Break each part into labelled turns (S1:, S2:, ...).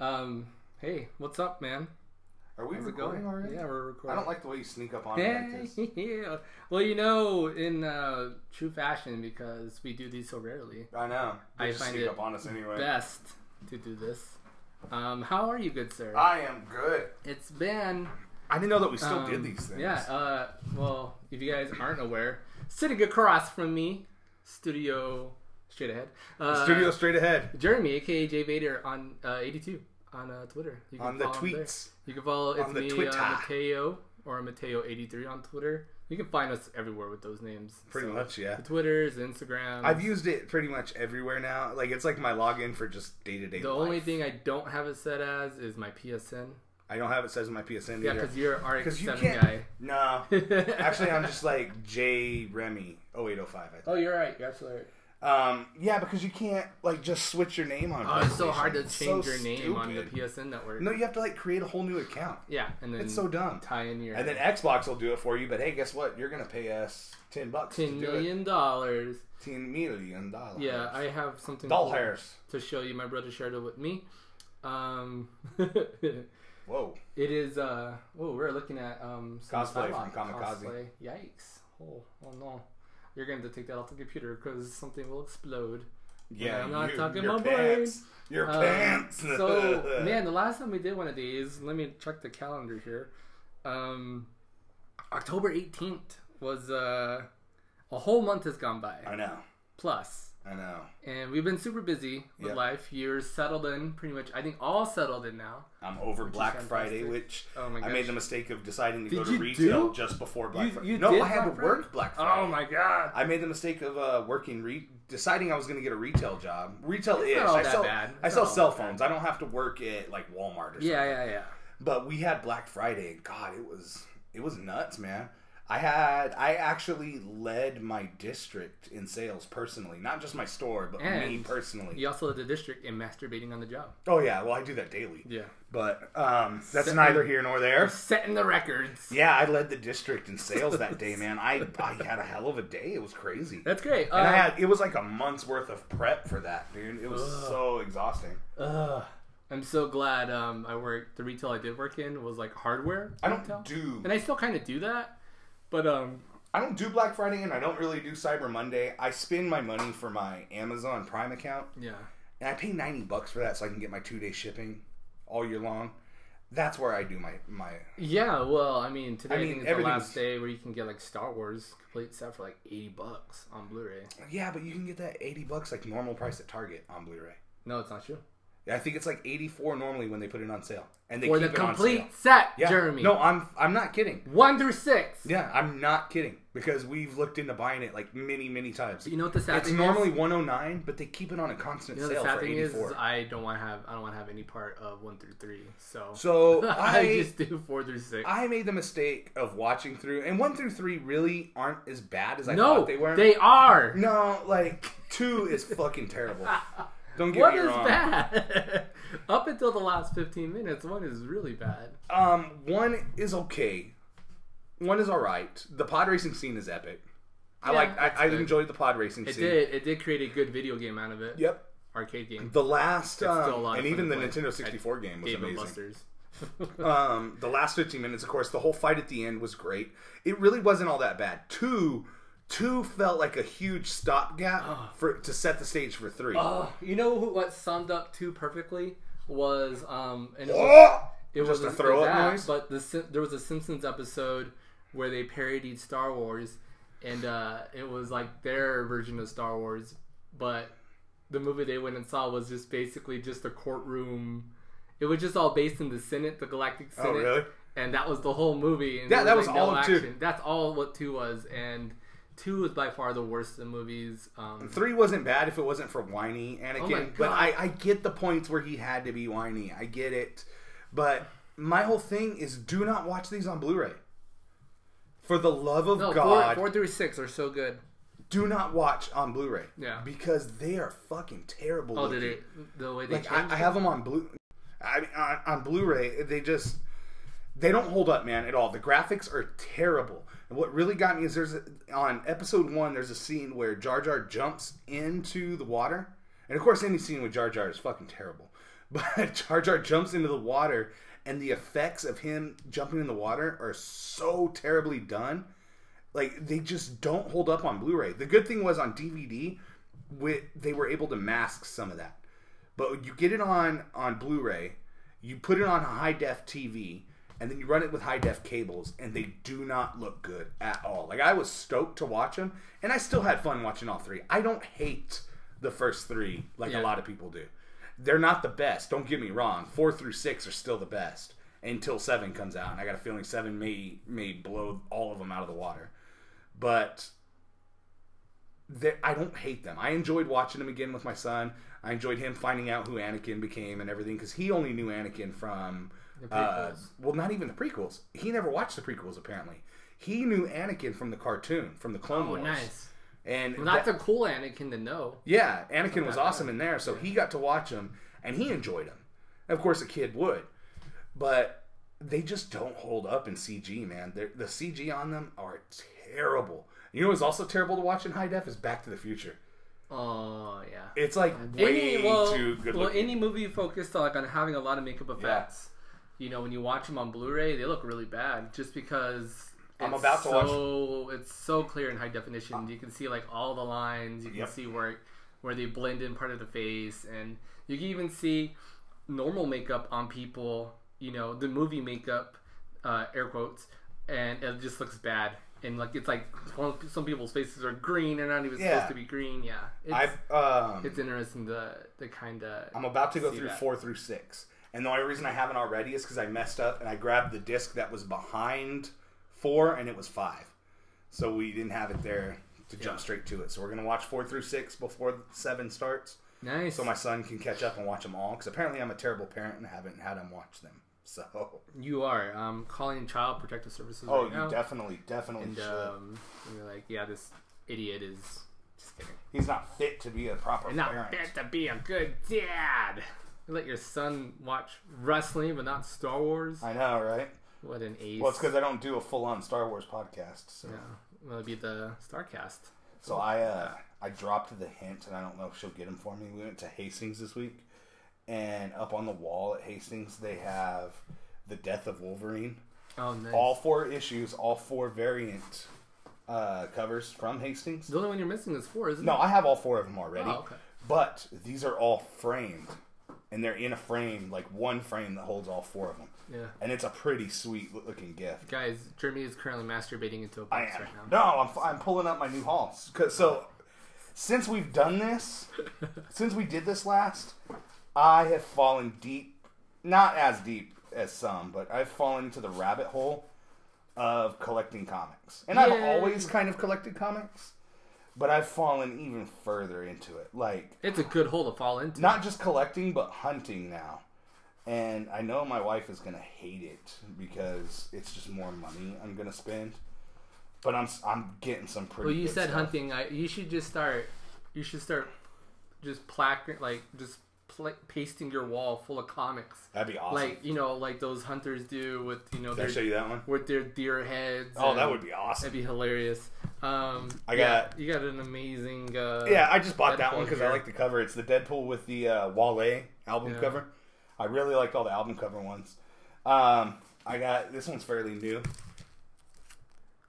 S1: Um, hey, what's up, man?
S2: Are we
S1: How's it
S2: recording
S1: going?
S2: already?
S1: Yeah, we're
S2: I
S1: recording.
S2: don't like the way you sneak up on me like this.
S1: Yeah, yeah. Well, you know, in uh, true fashion, because we do these so rarely,
S2: I know. They
S1: I
S2: just
S1: find
S2: sneak
S1: it
S2: up on us anyway.
S1: best to do this. Um, how are you, good sir?
S2: I am good.
S1: it's been.
S2: Uh, I didn't know that we still
S1: um,
S2: did these things.
S1: Yeah. Uh, well, if you guys aren't aware, sitting across from me, studio straight ahead. Uh,
S2: Studio straight ahead
S1: Jeremy, aka Jay Vader, on uh, 82 on uh, Twitter. You
S2: on the
S1: follow him there.
S2: tweets.
S1: You can follow it's
S2: On the
S1: me
S2: Twitter.
S1: uh, Mateo or Mateo83 on Twitter. You can find us everywhere with those names.
S2: Pretty
S1: So,
S2: much, yeah.
S1: The Twitters, the Instagram.
S2: I've used it pretty much everywhere now. Like it's like my login for just day to day.
S1: the only thing I don't have it set as is my PSN.
S2: I don't have it says in my PSN
S1: Yeah,
S2: either.
S1: because you're an RX7
S2: Because you can't.
S1: guy.
S2: No, actually, I'm just like J Remy 0805. I think.
S1: Oh, you're right. You're absolutely right.
S2: Um, yeah, because you can't like just switch your name on.
S1: Oh, it's so
S2: PlayStation.
S1: hard to
S2: It's
S1: change
S2: so
S1: your name on the
S2: stupid.
S1: PSN network.
S2: No, you have to like create a whole new account.
S1: Yeah, and then
S2: It's so dumb.
S1: tie in your
S2: And then Xbox will do it for you, but hey, guess what? You're gonna pay us ten bucks
S1: ten
S2: to do it.
S1: million dollars.
S2: Ten million dollars.
S1: Yeah, I have something cool
S2: dollars.
S1: to show you. My brother shared it with me. Um,
S2: Whoa,
S1: It is. uh Oh, we're looking at um some
S2: Cosplay
S1: Psylocke
S2: from Kamikaze.
S1: Cosplay. Yikes! Oh, oh no! You're going to have to take that off the computer because something will explode.
S2: yeah,
S1: I'm not
S2: you-
S1: talking
S2: your
S1: my
S2: pants, your
S1: Um,
S2: pants.
S1: so man, the last time we did one of these, let me check the calendar here. Um, October 18th was uh a whole month has gone by
S2: I know,
S1: plus,
S2: I know.
S1: and we've been super busy with
S2: Yeah.
S1: life. You're settled in, pretty much. I think all settled in now.
S2: I'm over Black Friday,
S1: fantastic.
S2: which
S1: Oh my
S2: I made
S1: gosh.
S2: the mistake of deciding to
S1: Did
S2: go
S1: you
S2: to retail
S1: do?
S2: just before Black
S1: You-
S2: Friday.
S1: you
S2: no,
S1: did
S2: I had
S1: Black
S2: to
S1: Friday?
S2: work Black Friday.
S1: Oh my god!
S2: I made the mistake of uh, working re- deciding I was going to get a retail job. Retail
S1: It's
S2: is
S1: not all
S2: I
S1: that
S2: sell
S1: bad. It's
S2: I
S1: not
S2: sell
S1: all
S2: cell
S1: that bad.
S2: phones. I don't have to work at like Walmart or something.
S1: Yeah, yeah, yeah.
S2: But we had Black Friday. and God, it was it was nuts, man. I had I actually led my district in sales personally, not just my store, but me
S1: And
S2: personally.
S1: You also led the district in masturbating on the job.
S2: Oh yeah, well I do that daily.
S1: Yeah.
S2: But um, that's
S1: Set-
S2: neither here nor there.
S1: Setting the records.
S2: Yeah, I led the district in sales that day, man. I I had a hell of a day. It was crazy.
S1: That's great.
S2: And
S1: Uh,
S2: I had it was like a month's worth of prep for that, dude. It was so exhausting.
S1: ugh. I'm so glad um, I worked. The retail I did work in was like hardware.
S2: I don't
S1: retail.
S2: do
S1: And I still kind of do that. But um,
S2: I don't do Black Friday and I don't really do Cyber Monday. I spend my money for my Amazon Prime account
S1: yeah.
S2: and I pay 90 bucks for that so I can get my 2-day shipping all year long. That's where I do my my
S1: Yeah, well, I mean, today I,
S2: I mean,
S1: think it's the
S2: everything's-
S1: last day where you can get like Star Wars complete set for like 80 bucks on Blu ray.
S2: Yeah, but you can get that 80 bucks like normal price at Target on Blu-ray.
S1: No, it's not true.
S2: I think it's like 84 normally when they put it on sale. And they
S1: For the
S2: keep it on sale.
S1: complete set,
S2: Yeah.
S1: Jeremy.
S2: No, I'm I'm not kidding.
S1: One through six.
S2: Yeah, I'm not kidding because we've looked into buying it like many, many times.
S1: You know what the sad
S2: It's
S1: thing
S2: normally
S1: is?
S2: 109, but they keep it on a constant
S1: You know, the
S2: sale
S1: sad
S2: for
S1: thing is, uh,
S2: 84.
S1: is I don't want to have I don't want to have any part of one through three. So
S2: so
S1: I,
S2: I
S1: just do four through six.
S2: I made the mistake of watching through, and one through three really aren't as bad as I
S1: no,
S2: thought they were.
S1: are.
S2: no, like two is fucking terrible. Don't get
S1: What
S2: me
S1: is
S2: wrong.
S1: bad? Up until the last 15 minutes, one is really bad.
S2: Um, one is okay. One is all right. The pod racing scene is epic. I
S1: Yeah,
S2: like.
S1: that's
S2: I, I
S1: good.
S2: enjoyed the pod racing
S1: It
S2: scene.
S1: did. It did create a good video game out of it.
S2: Yep.
S1: Arcade game.
S2: The last,
S1: It's still a
S2: um,
S1: lot of
S2: and
S1: fun
S2: even
S1: to
S2: the
S1: play.
S2: Nintendo 64 game was
S1: Game and
S2: amazing.
S1: Busters.
S2: Um, the last 15 minutes, of course, the whole fight at the end was great. It really wasn't all that bad. Two, two felt like a huge stopgap for to set the stage for three.
S1: Oh, you know who, what summed up two perfectly was um and it was,
S2: Oh!
S1: it was
S2: Just a throw
S1: that,
S2: up noise.
S1: but the Sim- there was a Simpsons episode where they parodied Star Wars and uh it was like their version of Star Wars, but the movie they went and saw was just basically just a courtroom. It was just all based in the Senate, the Galactic Senate.
S2: Oh, really?
S1: and that was the whole movie. And
S2: Yeah,
S1: there
S2: that was
S1: like,
S2: all
S1: no
S2: of two.
S1: action. That's all what two was, and two is by far the worst of the movies. Um,
S2: Three wasn't bad if it wasn't for whiny
S1: Oh my
S2: Anakin,
S1: God.
S2: but I, I get the points where he had to be whiny. I get it. But my whole thing is do not watch these on Blu ray. For the love of
S1: no, oh, four,
S2: God,
S1: four through six are so good.
S2: do not watch on Blu ray.
S1: Yeah.
S2: Because they are fucking terrible.
S1: Oh, did
S2: looking.
S1: it? The way they
S2: Like I,
S1: changed
S2: I have them on blue. I mean, on, on Blu-ray, they just they don't hold up, man, at all. The graphics are terrible. And what really got me is there's a, on episode one, there's a scene where Jar Jar jumps into the water, and of course, any scene with Jar Jar is fucking terrible. But Jar Jar jumps into the water, and the effects of him jumping in the water are so terribly done. Like they just don't hold up on Blu-ray. The good thing was on DVD, with they were able to mask some of that. But you get it on on Blu-ray, you put it on a high def TV, and then you run it with high def cables, and they do not look good at all. Like I was stoked to watch them, and I still had fun watching all three. I don't hate the first three like
S1: Yeah.
S2: a lot of people do. They're not the best. Don't get me wrong. Four through six are still the best until seven comes out, and I got a feeling seven may may blow all of them out of the water. But they- I don't hate them. I enjoyed watching them again with my son. I enjoyed him finding out who Anakin became and everything because he only knew Anakin from uh,
S1: prequels.
S2: well, not even the prequels. He never watched the prequels apparently. He knew Anakin from the cartoon from the Clone
S1: Oh,
S2: Wars.
S1: nice.
S2: And
S1: Not
S2: that-
S1: the cool Anakin to know.
S2: yeah, Anakin was awesome in there, so he got to watch him and he enjoyed him. Of course, a kid would, but they just don't hold up in CG, man. They're, the CG on them are terrible. You know what's also terrible to watch in high def is Back to the Future.
S1: Oh yeah.
S2: It's like way too good
S1: well,
S2: looking.
S1: any movie focused on, like on having a lot of makeup effects, you know, when you watch them on Blu-ray, they look really bad just because.
S2: I'm
S1: it's
S2: about to watch- Uh,
S1: so, It's so clear in high definition. You can see like all the lines. You can
S2: Yep.
S1: see where where they blend in part of the face, and you can even see normal makeup on people. You know, the movie makeup, uh, air quotes, and it just looks bad. And like it's like some people's faces are green and not even
S2: Yeah.
S1: supposed to be green. Yeah, it's,
S2: I've, um,
S1: it's interesting the the kind of
S2: I'm about to go
S1: See
S2: through
S1: that.
S2: four through six, and the only reason I haven't already is because I messed up and I grabbed the disc that was behind four, and it was five, so we didn't have it there to jump straight to it. So we're gonna watch four through six before seven starts,
S1: nice.
S2: so my son can catch up and watch them all. Because apparently I'm a terrible parent and haven't had him watch them. So
S1: you are um calling Child Protective Services
S2: Oh,
S1: right now,
S2: definitely, definitely
S1: and um, and you're like, yeah, this idiot is just kidding.
S2: He's not fit to be a proper
S1: Not fit to be a good dad. You let your son watch wrestling, but not Star Wars.
S2: I know, right?
S1: What an ace!
S2: Well, it's because I don't do a full-on Star Wars podcast. So.
S1: yeah, well, it'd be the Starcast.
S2: So I uh, I dropped the hint, and I don't know if she'll get them for me. We went to Hastings this week, and up on the wall at Hastings they have the Death of Wolverine,
S1: Oh, nice.
S2: all four issues, all four variant uh, covers from Hastings.
S1: the only one you're missing is four, isn't
S2: No,
S1: it?
S2: I have all four of them already,
S1: Oh, okay.
S2: but these are all framed, and they're in a frame, like one frame that holds all four of them,
S1: Yeah.
S2: and it's a pretty sweet looking gift.
S1: Guys, Jeremy is currently masturbating into a
S2: I
S1: box
S2: am.
S1: right now.
S2: No, I'm, I'm pulling up my new hauls. 'Cause- So, since we've done this, since we did this last, I have fallen deep, not as deep as some, but I've fallen into the rabbit hole of collecting comics. And I've
S1: Yay.
S2: always kind of collected comics, but I've fallen even further into it. Like,
S1: It's a good hole to fall into.
S2: not just collecting but hunting now and i know my wife is gonna hate it because it's just more money i'm gonna spend but i'm i'm getting some pretty
S1: Well, you
S2: good
S1: said
S2: stuff.
S1: hunting. I, you should just start. You should start just placard, like just pla pasting your wall full of comics,
S2: that'd be awesome
S1: like you know, like those hunters do with you know
S2: did i
S1: their
S2: show you that one?
S1: with their deer heads.
S2: Oh, that
S1: and
S2: would be awesome
S1: that'd be hilarious. Um,
S2: I
S1: yeah,
S2: got-
S1: you got an amazing. Uh,
S2: yeah i just bought that
S1: Deadpool
S2: one because i
S1: here.
S2: like the cover it's the deadpool with the uh, wale album
S1: Yeah.
S2: cover i really liked all the album cover ones um i got this one's fairly new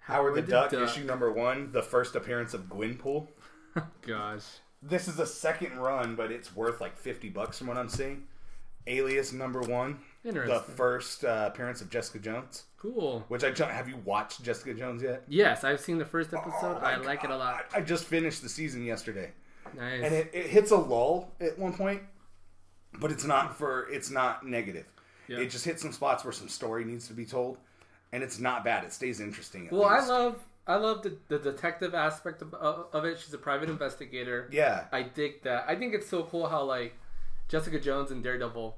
S2: Howard the, Duck, issue number one, the first appearance of Gwynpool.
S1: Gosh,
S2: this is a second run, but it's worth like fifty bucks from what I'm seeing. Alias number one, the
S1: Interesting.
S2: first uh, appearance of Jessica Jones,
S1: cool.
S2: which I ju- have you watched Jessica Jones yet?
S1: Yes, I've seen the first episode.
S2: Oh my
S1: I like it a lot.
S2: God. I just finished the season yesterday,
S1: Nice.
S2: and it, it hits a lull at one point, but it's not for it's not negative.
S1: Yeah.
S2: It just hits some spots where some story needs to be told, and it's not bad. It stays interesting. At
S1: well, I
S2: least.
S1: love I love the, the detective aspect of, of of it. She's a private investigator.
S2: yeah.
S1: I dig that. I think it's so cool how like Jessica Jones and Daredevil,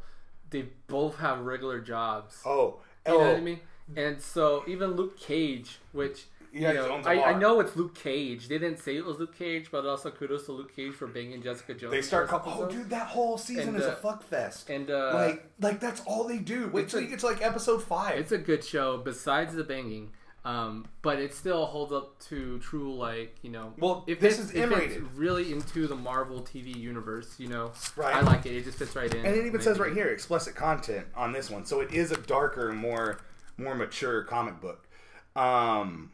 S1: they both have regular jobs.
S2: oh,
S1: you know
S2: oh,
S1: what I mean? And so even Luke Cage, which
S2: Yeah,
S1: you
S2: he
S1: know,
S2: owns a
S1: I, I
S2: bar.
S1: know it's Luke Cage. They didn't say it was Luke Cage, but also kudos to Luke Cage for banging Jessica Jones.
S2: They start.
S1: first
S2: Call, oh,
S1: episode.
S2: dude, that whole season
S1: And,
S2: is a
S1: uh,
S2: fuck fest.
S1: and, uh,
S2: like, like that's all they do. Wait
S1: it's
S2: till
S1: a-
S2: you get to like episode five.
S1: It's a good show. Besides the banging, Um, but it still holds up to true, like you know.
S2: Well,
S1: if
S2: this
S1: it's-
S2: is
S1: if it's
S2: M-rated.
S1: really into the Marvel TV universe, you know,
S2: Right.
S1: I like it. It just fits right in.
S2: And it even
S1: Like,
S2: says right here explicit content on this one, so it is a darker, more more mature comic book. Um,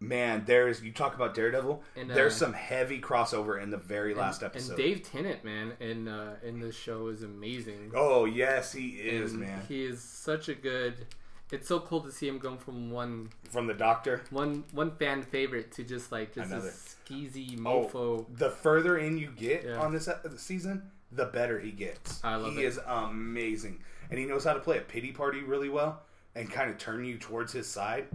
S2: man, there's you talk about Daredevil.
S1: And, uh,
S2: there's some heavy crossover in the very last
S1: And
S2: episode.
S1: Dave Tennant, man, in uh, in this show is amazing.
S2: oh yes, he is
S1: And
S2: man.
S1: He is such a good. It's so cool to see him go from one
S2: From the Doctor.
S1: one one fan favorite to just like just
S2: Another.
S1: this skeezy
S2: Oh,
S1: mofo.
S2: the further in you get
S1: Yeah.
S2: on this uh, season, the better he gets.
S1: I love
S2: he
S1: it.
S2: is amazing, and he knows how to play a pity party really well, and kind of turn you towards his side.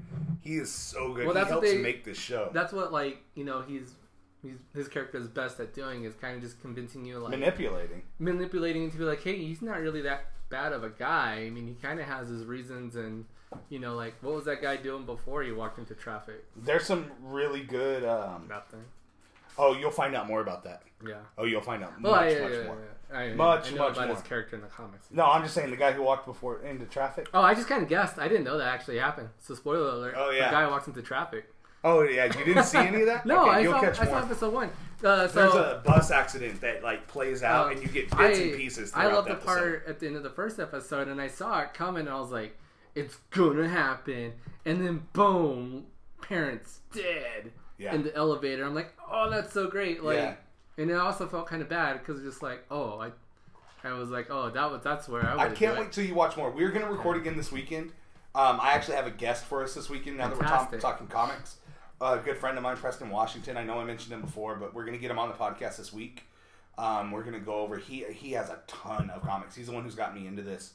S2: He is so good.
S1: Well,
S2: he
S1: that's what
S2: helps
S1: they-
S2: make this show.
S1: That's what like you know he's. He's, his character is best at doing is kind of just convincing you, like
S2: Manipulating.
S1: manipulating you to be like, hey, he's not really that bad of a guy. I mean, he kind of has his reasons, and you know, like what was that guy doing before he walked into traffic?
S2: There's some really good. Um,
S1: Nothing.
S2: oh, you'll find out more about that.
S1: Yeah.
S2: Oh, you'll find out
S1: Well,
S2: much,
S1: I, yeah,
S2: much
S1: yeah,
S2: more.
S1: yeah, yeah. I,
S2: Much,
S1: I know
S2: much
S1: about
S2: more.
S1: his character in the comics.
S2: No, I'm just saying the guy who walked before into traffic.
S1: Oh, I just kind of guessed. I didn't know that actually happened. So spoiler alert.
S2: Oh, yeah.
S1: The guy walks into traffic.
S2: Oh yeah, you didn't see any of that.
S1: No,
S2: okay,
S1: I
S2: you'll
S1: saw. I
S2: catch more.
S1: saw episode one. Uh, so
S2: There's a bus accident that like plays out,
S1: Um,
S2: and you get bits and pieces.
S1: I
S2: throughout
S1: love the
S2: episode.
S1: part at the end of the first episode, and I saw it coming, and I was like, "It's gonna happen!" And then, boom, parents dead
S2: Yeah.
S1: in the elevator. I'm like, "Oh, that's so great!" Like,
S2: Yeah.
S1: and it also felt kind of bad because just like, "Oh, I." I was like, oh, that was that's where I
S2: I
S1: would
S2: can't
S1: do it.
S2: wait till you watch more. We're going to record again this weekend. Um, I actually have a guest for us this weekend. Now that we're
S1: Fantastic.
S2: talk- talking comics, a good friend of mine, Preston Washington. I know I mentioned him before, but we're going to get him on the podcast this week. Um, we're going to go over. He he has a ton of comics. He's the one who's got me into this.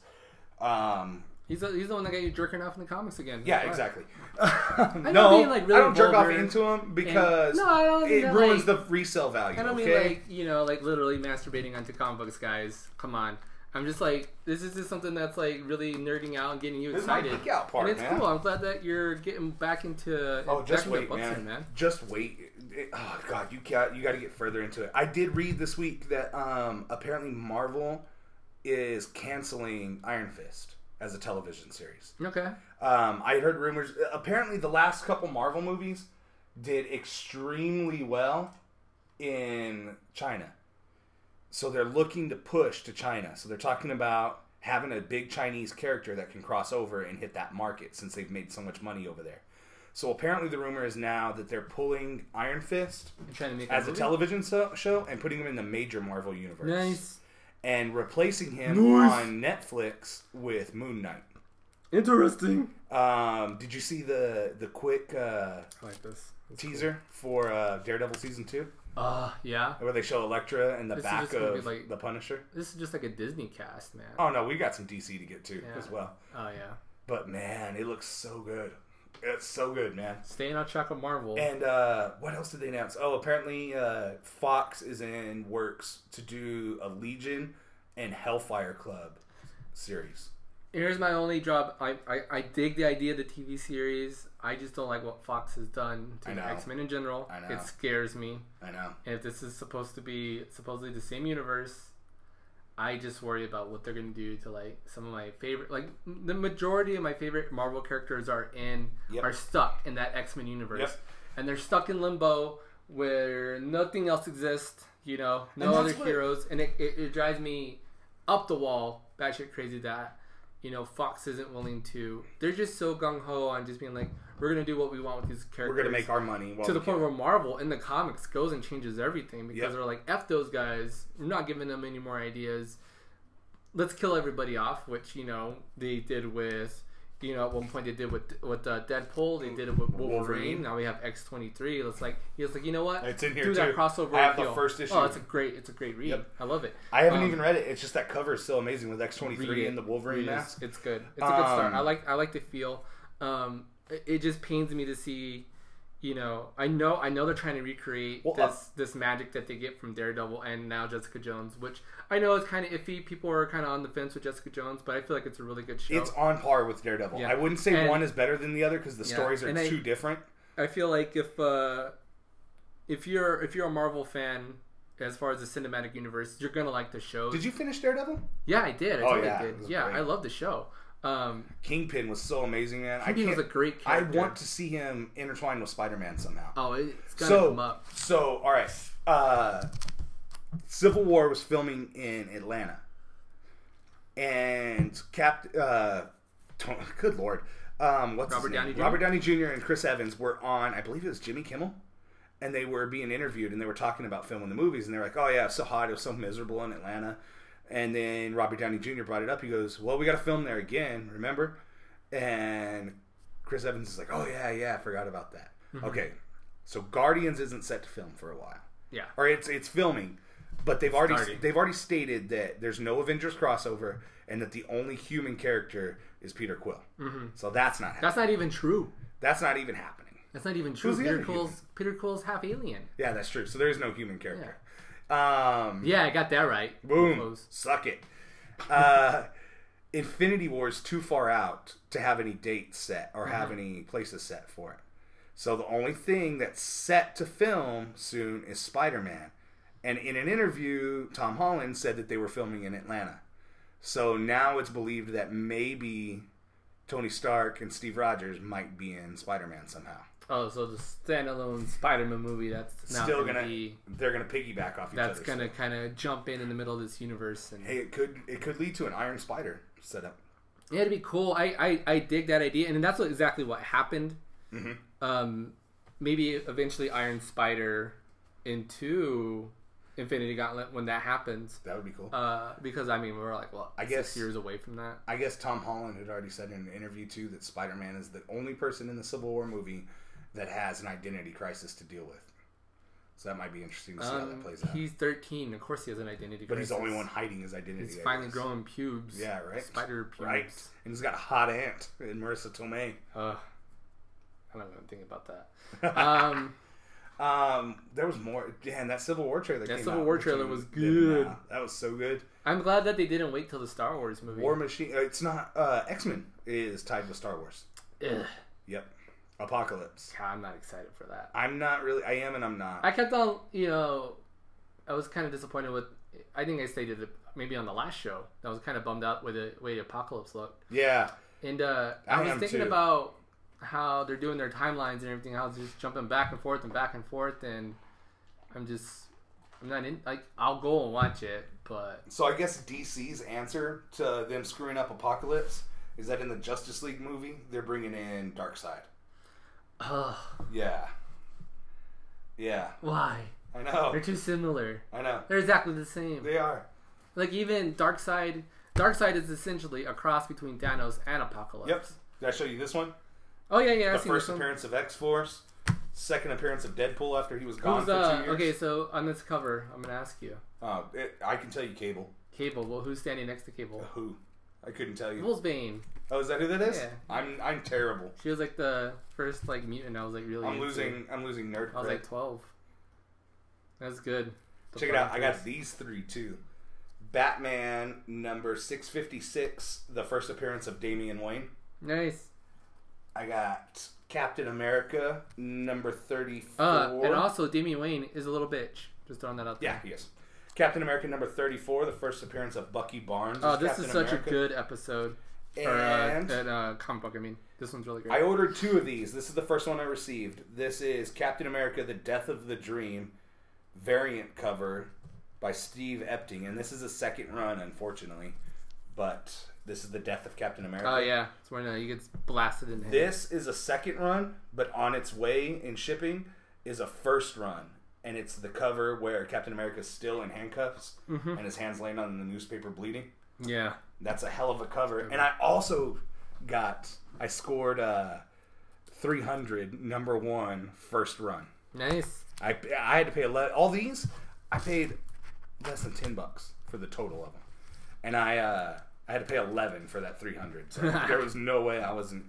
S2: Um,
S1: He's the, he's the one that got you jerking off in the comics again.
S2: yeah,
S1: That's why.
S2: exactly.
S1: I
S2: no,
S1: don't mean, like, really
S2: I don't jerk off
S1: vulgar
S2: into him because
S1: No, I don't mean
S2: it
S1: that,
S2: ruins
S1: like-
S2: the resale value.
S1: I don't mean
S2: okay?
S1: like you know, like literally masturbating onto comic books, guys. Come on. I'm just like this is just something that's like really nerding out and getting you
S2: This is my
S1: excited.
S2: geek out part,
S1: and it's
S2: man.
S1: cool. I'm glad that you're getting back into
S2: Oh, just
S1: back
S2: wait,
S1: into books
S2: man.
S1: in, man.
S2: Just wait. It- oh God, you got you got to get further into it. I did read this week that um, apparently Marvel is canceling Iron Fist as a television series.
S1: Okay.
S2: Um, I heard rumors. Apparently, the last couple Marvel movies did extremely well in China, so they're looking to push to China. So they're talking about having a big Chinese character that can cross over and hit that market since they've made so much money over there. So apparently, the rumor is now that they're pulling Iron Fist
S1: I'm trying to make
S2: as a
S1: movie?
S2: television so- show and putting him in the major Marvel universe
S1: Nice.
S2: and replacing him
S1: Nice.
S2: on Netflix with Moon Knight.
S1: Interesting.
S2: Um, did you see the the quick uh,
S1: I like this.
S2: teaser for uh, Daredevil season two,
S1: Uh yeah.
S2: where they show Elektra and the
S1: This is
S2: back
S1: just gonna be
S2: of
S1: like-
S2: the Punisher?
S1: This is just like a Disney cast, man. Oh,
S2: Oh no, we got some DC to get to
S1: Yeah.
S2: as well.
S1: yeah.
S2: But man, it looks so good. It's so good, man.
S1: Staying on track of Marvel.
S2: And uh, what else did they announce? Oh, apparently uh, Fox is in works to do a Legion and Hellfire Club series.
S1: Here's my only job. I, I, I dig the idea of the TV series. I just don't like what Fox has done
S2: I
S1: to the
S2: know.
S1: X Men in general.
S2: I know.
S1: It scares me.
S2: I know.
S1: And if this is supposed to be supposedly the same universe, I just worry about what they're gonna do to like some of my favorite, like m- the majority of my favorite Marvel characters are in
S2: Yep.
S1: are stuck in that X Men universe,
S2: Yep.
S1: and they're stuck in limbo where nothing else exists. You know, no
S2: And that's
S1: other
S2: what-
S1: heroes, and it, it, it drives me up the wall, batshit crazy that you know Fox isn't willing to. They're just so gung ho on just being like, we're gonna do what we want with these characters
S2: We're gonna make our money while
S1: to the
S2: we
S1: point
S2: can.
S1: where Marvel in the comics goes and changes everything because
S2: Yep.
S1: they're like, "F those guys! We're not giving them any more ideas. Let's kill everybody off." Which you know they did with, you know, at one point they did with with uh, Deadpool, they did it with Wolverine.
S2: Wolverine.
S1: Now we have X twenty three. It's like he's like, you know what?
S2: It's in here
S1: Do
S2: too.
S1: that crossover.
S2: I have
S1: appeal.
S2: the first issue.
S1: Oh, it's a great, it's a great read.
S2: Yep.
S1: I love it.
S2: I haven't
S1: Um,
S2: even read it. It's just that cover is so amazing with X twenty
S1: Read
S2: three
S1: it.
S2: and the Wolverine
S1: Read it.
S2: mask.
S1: It's good. It's a good start.
S2: Um,
S1: I like I like the feel. Um, it, it just pains me to see. You know, I know I know they're trying to recreate
S2: Well, uh,
S1: this this magic that they get from Daredevil and now Jessica Jones, which I know is kind of iffy. People are kind of on the fence with Jessica Jones, but I feel like it's a really good show.
S2: It's on par with Daredevil.
S1: Yeah.
S2: I wouldn't say
S1: And-
S2: one is better than the other because the
S1: Yeah.
S2: stories are
S1: And I-
S2: too different.
S1: I feel like if uh, if you're if you're a Marvel fan as far as the cinematic universe, you're gonna like the show.
S2: Did you finish Daredevil?
S1: Yeah, I did. I
S2: Oh,
S1: totally
S2: yeah, it
S1: did.
S2: was
S1: Yeah,
S2: great.
S1: I love the show. Um,
S2: Kingpin was so amazing, man. I
S1: he
S2: can't.
S1: was a great
S2: I
S1: character.
S2: want to see him intertwined with Spider-Man somehow.
S1: Oh, it's got to
S2: so,
S1: come up.
S2: so all right. Uh, Civil War was filming in Atlanta, and Cap. Uh, Tom- good lord, um, what's his
S1: Robert
S2: name?
S1: Downey Jr.?
S2: Robert Downey Jr. and Chris Evans were on. I believe it was Jimmy Kimmel. And they were being interviewed, and they were talking about filming the movies, and they were like, "Oh yeah, it was so hot, it was so miserable in Atlanta." And then Robert Downey Jr. brought it up. He goes, "Well, we got to film there again, remember?" And Chris Evans is like, "Oh yeah, yeah, I forgot about that."
S1: Mm-hmm.
S2: Okay, so Guardians isn't set to film for a while,
S1: Yeah.
S2: or it's it's filming, but they've already
S1: Starting.
S2: they've already stated that there's no Avengers crossover, and that the only human character is Peter Quill. Mm-hmm. So that's not hap-
S1: That's not even true.
S2: that's not even happening.
S1: That's not even true.
S2: the
S1: Peter
S2: other human?
S1: Quill's, Peter Quill's half alien.
S2: Yeah, that's true. So there is no human character. Um,
S1: Yeah, I got that right.
S2: Boom.
S1: Close.
S2: Suck it. Uh, Infinity War is too far out to have any dates set or have
S1: Mm-hmm.
S2: any places set for it. So the only thing that's set to film soon is Spider Man. And in an interview, Tom Holland said that they were filming in Atlanta. So now it's believed that maybe Tony Stark and Steve Rogers might be in Spider Man somehow.
S1: Oh, so the standalone Spider-Man movie that's not
S2: Still
S1: gonna,
S2: gonna,
S1: be.
S2: they're gonna piggyback off each other.
S1: That's gonna kind of jump in in the middle of this universe, and
S2: Hey, it could it could lead to an Iron Spider setup.
S1: yeah, it'd be cool. I, I I dig that idea, and that's what exactly what happened.
S2: Mm-hmm.
S1: Um, maybe eventually Iron Spider into Infinity Gauntlet when that happens.
S2: That would be cool.
S1: Uh, because I mean we're like well, I
S2: guess-
S1: six years away from that.
S2: I guess Tom Holland had already said in an interview too that Spider Man is the only person in the Civil War movie that has an identity crisis to deal with. So that might be interesting to see how
S1: Um,
S2: that plays out.
S1: He's 13. Of course, he has an identity.
S2: but he's the
S1: crisis.
S2: only one hiding his identity.
S1: He's
S2: I
S1: finally
S2: guess.
S1: growing pubes.
S2: Yeah, right.
S1: Spider pubes.
S2: Right, and he's got a hot aunt in Marissa Tomei.
S1: Ugh. I don't even think about that. Um,
S2: Um, there was more. Damn, that Civil War trailer.
S1: That
S2: came
S1: Civil
S2: out
S1: War
S2: with
S1: trailer
S2: you.
S1: was
S2: Didn't-
S1: good.
S2: nah, that was so good.
S1: I'm glad that they didn't wait till the Star Wars movie.
S2: War Machine. uh, It's not uh, X Men is tied with Star Wars.
S1: Ugh.
S2: Yep, Apocalypse.
S1: God, I'm not excited for that.
S2: I'm not really. I am and I'm not.
S1: I kept on, you know, I was kind of disappointed with. I think I stated it maybe on the last show. I was kind of bummed out with the way Apocalypse looked.
S2: yeah.
S1: And uh,
S2: I
S1: I,
S2: am
S1: was thinking
S2: too.
S1: about how they're doing their timelines and everything. How it's just jumping back and forth and back and forth, and I'm just, I'm not in. Like, I'll go and watch it, but
S2: So I guess DC's answer to them screwing up Apocalypse is that in the Justice League movie they're bringing in Darkseid.
S1: ugh,
S2: Yeah. Yeah.
S1: why?
S2: I
S1: They're
S2: know.
S1: too similar.
S2: I know.
S1: They're exactly the same.
S2: They are.
S1: Like even Dark Side, Dark Side is essentially a cross between Thanos and Apocalypse.
S2: Yep. Did I show you this one?
S1: Oh yeah, yeah.
S2: The
S1: I've seen
S2: first
S1: this one.
S2: appearance of X Force. Second appearance of Deadpool after he was gone
S1: Who's
S2: for
S1: uh?
S2: two years.
S1: Okay, so on this cover, I'm gonna ask you,
S2: Oh, it, I can tell you Cable.
S1: Cable. Well, who's standing next to Cable?
S2: Who? I couldn't tell you.
S1: Wolvesbane.
S2: Oh, is that who that is?
S1: Yeah.
S2: I'm I'm terrible.
S1: She was like the first like mutant. I was like really.
S2: I'm
S1: into.
S2: losing I'm losing nerd.
S1: I was
S2: cred.
S1: like 12. That's good. The
S2: Check it out. I
S1: Frontiers.
S2: got these three too. Batman number 656, the first appearance of Damian Wayne.
S1: nice.
S2: I got Captain America number 34.
S1: Uh, and also Demi Wayne is a little bitch. Just throwing that out there.
S2: yeah, he is. Captain America number 34, the first appearance of Bucky Barnes.
S1: Oh,
S2: as
S1: this
S2: Captain
S1: is such
S2: America.
S1: a good episode. Or, uh,
S2: And-
S1: that uh, comic book. I mean, this one's really great.
S2: I ordered two of these. This is the first one I received. This is Captain America: The Death of the Dream variant cover by Steve Epting, and this is a second run, unfortunately. But this is the death of Captain America.
S1: Oh yeah, it's when uh, he gets blasted in the head.
S2: This is a second run, but on its way in shipping is a first run, and it's the cover where Captain America's still in handcuffs
S1: Mm-hmm.
S2: and his hands laying on the newspaper bleeding.
S1: Yeah.
S2: That's a hell of a cover.
S1: Mm-hmm.
S2: And I also got I scored uh 300 number 1 first run.
S1: Nice.
S2: I I had to pay le- all these I paid less than 10 bucks for the total of them. And I uh I had to pay 11 for that 300. So there was no way I wasn't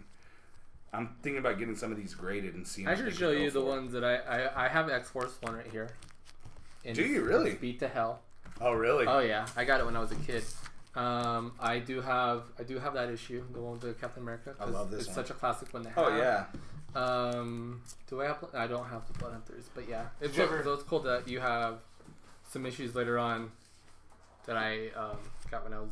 S2: I'm thinking about getting some of these graded and seeing
S1: I
S2: what
S1: should
S2: they
S1: show
S2: go
S1: you the
S2: for.
S1: ones that I I, I have X Force one right here. And
S2: Do you
S1: it's-
S2: really?
S1: it's Beat to hell.
S2: Oh really?
S1: Oh yeah, I got it when I was a kid. Um, I do have I do have that issue, the one with the Captain America. 'cause
S2: love this
S1: It's
S2: one.
S1: such a classic one to have.
S2: oh yeah.
S1: Um, do I have? Bl- I don't have the Blood Hunters, but yeah, it's
S2: you ever-
S1: so it's cool that you have some issues later on that I um, got when I was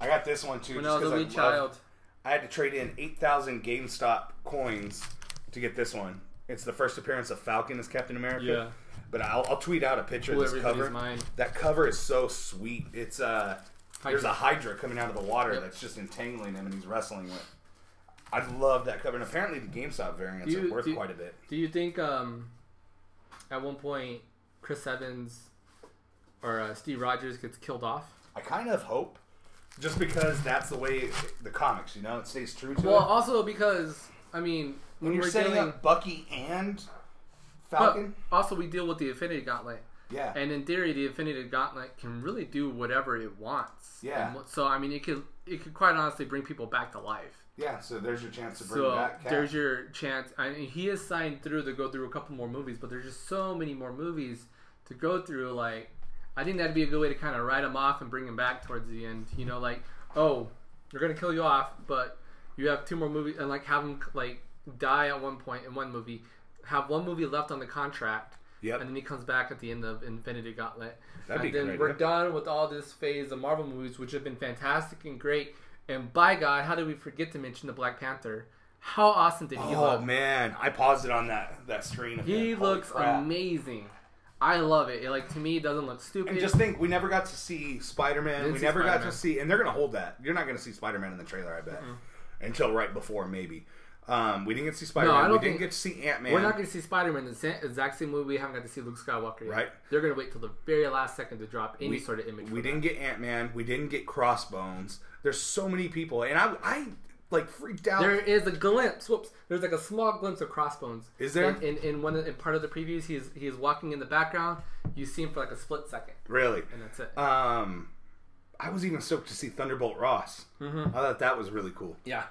S2: I got this one too
S1: when I
S2: just
S1: was a wee
S2: cuz I love
S1: child.
S2: I had to trade in 8,000 GameStop coins to get this one. It's the first appearance of Falcon as Captain America.
S1: Yeah.
S2: But I'll, I'll tweet out a picture
S1: Blew
S2: of this
S1: everybody's
S2: cover.
S1: mind.
S2: That cover is so sweet. It's uh, there's a Hydra coming out of the water
S1: Yep.
S2: that's just entangling him and he's wrestling with. I love that cover, and apparently the GameStop variants
S1: Do you-
S2: are worth
S1: do you-
S2: quite a bit.
S1: Do you think um, at one point Chris Evans or uh, Steve Rogers gets killed off?
S2: I kind of hope, just because that's the way the comics, you know, it stays true to
S1: Well,
S2: it.
S1: also because I mean, when,
S2: When you're
S1: we're
S2: setting
S1: dealing,
S2: up Bucky and
S1: but
S2: Falcon,
S1: also we deal with the Infinity Gauntlet,
S2: yeah,
S1: and in theory, the Infinity Gauntlet can really do whatever it wants.
S2: Yeah.
S1: And what- so I mean, it could it could quite honestly bring people back to life.
S2: yeah. So there's your chance to bring
S1: So
S2: back. Cap.
S1: there's your chance. I mean, he is signed through to go through a couple more movies, but there's just so many more movies to go through. Like, I think that'd be a good way to kind of write him off and bring him back towards the end. You know, like, oh, we're gonna kill you off, but you have two more movies, and like have him like die at one point in one movie, have one movie left on the contract.
S2: Yep.
S1: And then he comes back at the end of Infinity Gauntlet.
S2: That'd
S1: and
S2: be a
S1: then
S2: great
S1: we're
S2: idea.
S1: done with all this phase of Marvel movies, which have been fantastic and great. And by God, how did we forget to mention the Black Panther? How awesome did he
S2: Oh
S1: look?
S2: man, I paused it on that that screen. of
S1: He
S2: him. Holy
S1: looks
S2: crap.
S1: amazing. I love it. it. Like to me, it doesn't look stupid.
S2: And just think, we never got to see Spider Man.
S1: Didn't
S2: We
S1: see
S2: never got
S1: Spider-Man. Mm-hmm.
S2: to see, and they're gonna hold that. You're not gonna see Spider Man in the trailer, I bet, until right before maybe. Um, we didn't get to see Spider
S1: I
S2: Man. we
S1: don't
S2: didn't
S1: think-
S2: get to see Ant Man.
S1: we're not going to see Spider-Man in the sa- exact same movie. We haven't got to see Luke Skywalker yet.
S2: Right.
S1: They're going to wait till the very last second to drop any
S2: We-
S1: sort of image.
S2: We didn't get Ant Man. We didn't get Crossbones. There's so many people, and I, I like freaked out.
S1: There is a glimpse. Whoops. There's like a small glimpse of Crossbones.
S2: Is there?
S1: In, in, in one of- in part of the previews, he's he's walking in the background. You see him for like a split second,
S2: really.
S1: and that's it.
S2: Um, I was even stoked to see Thunderbolt Ross. I
S1: Mm-hmm.
S2: thought that was really cool.
S1: yeah.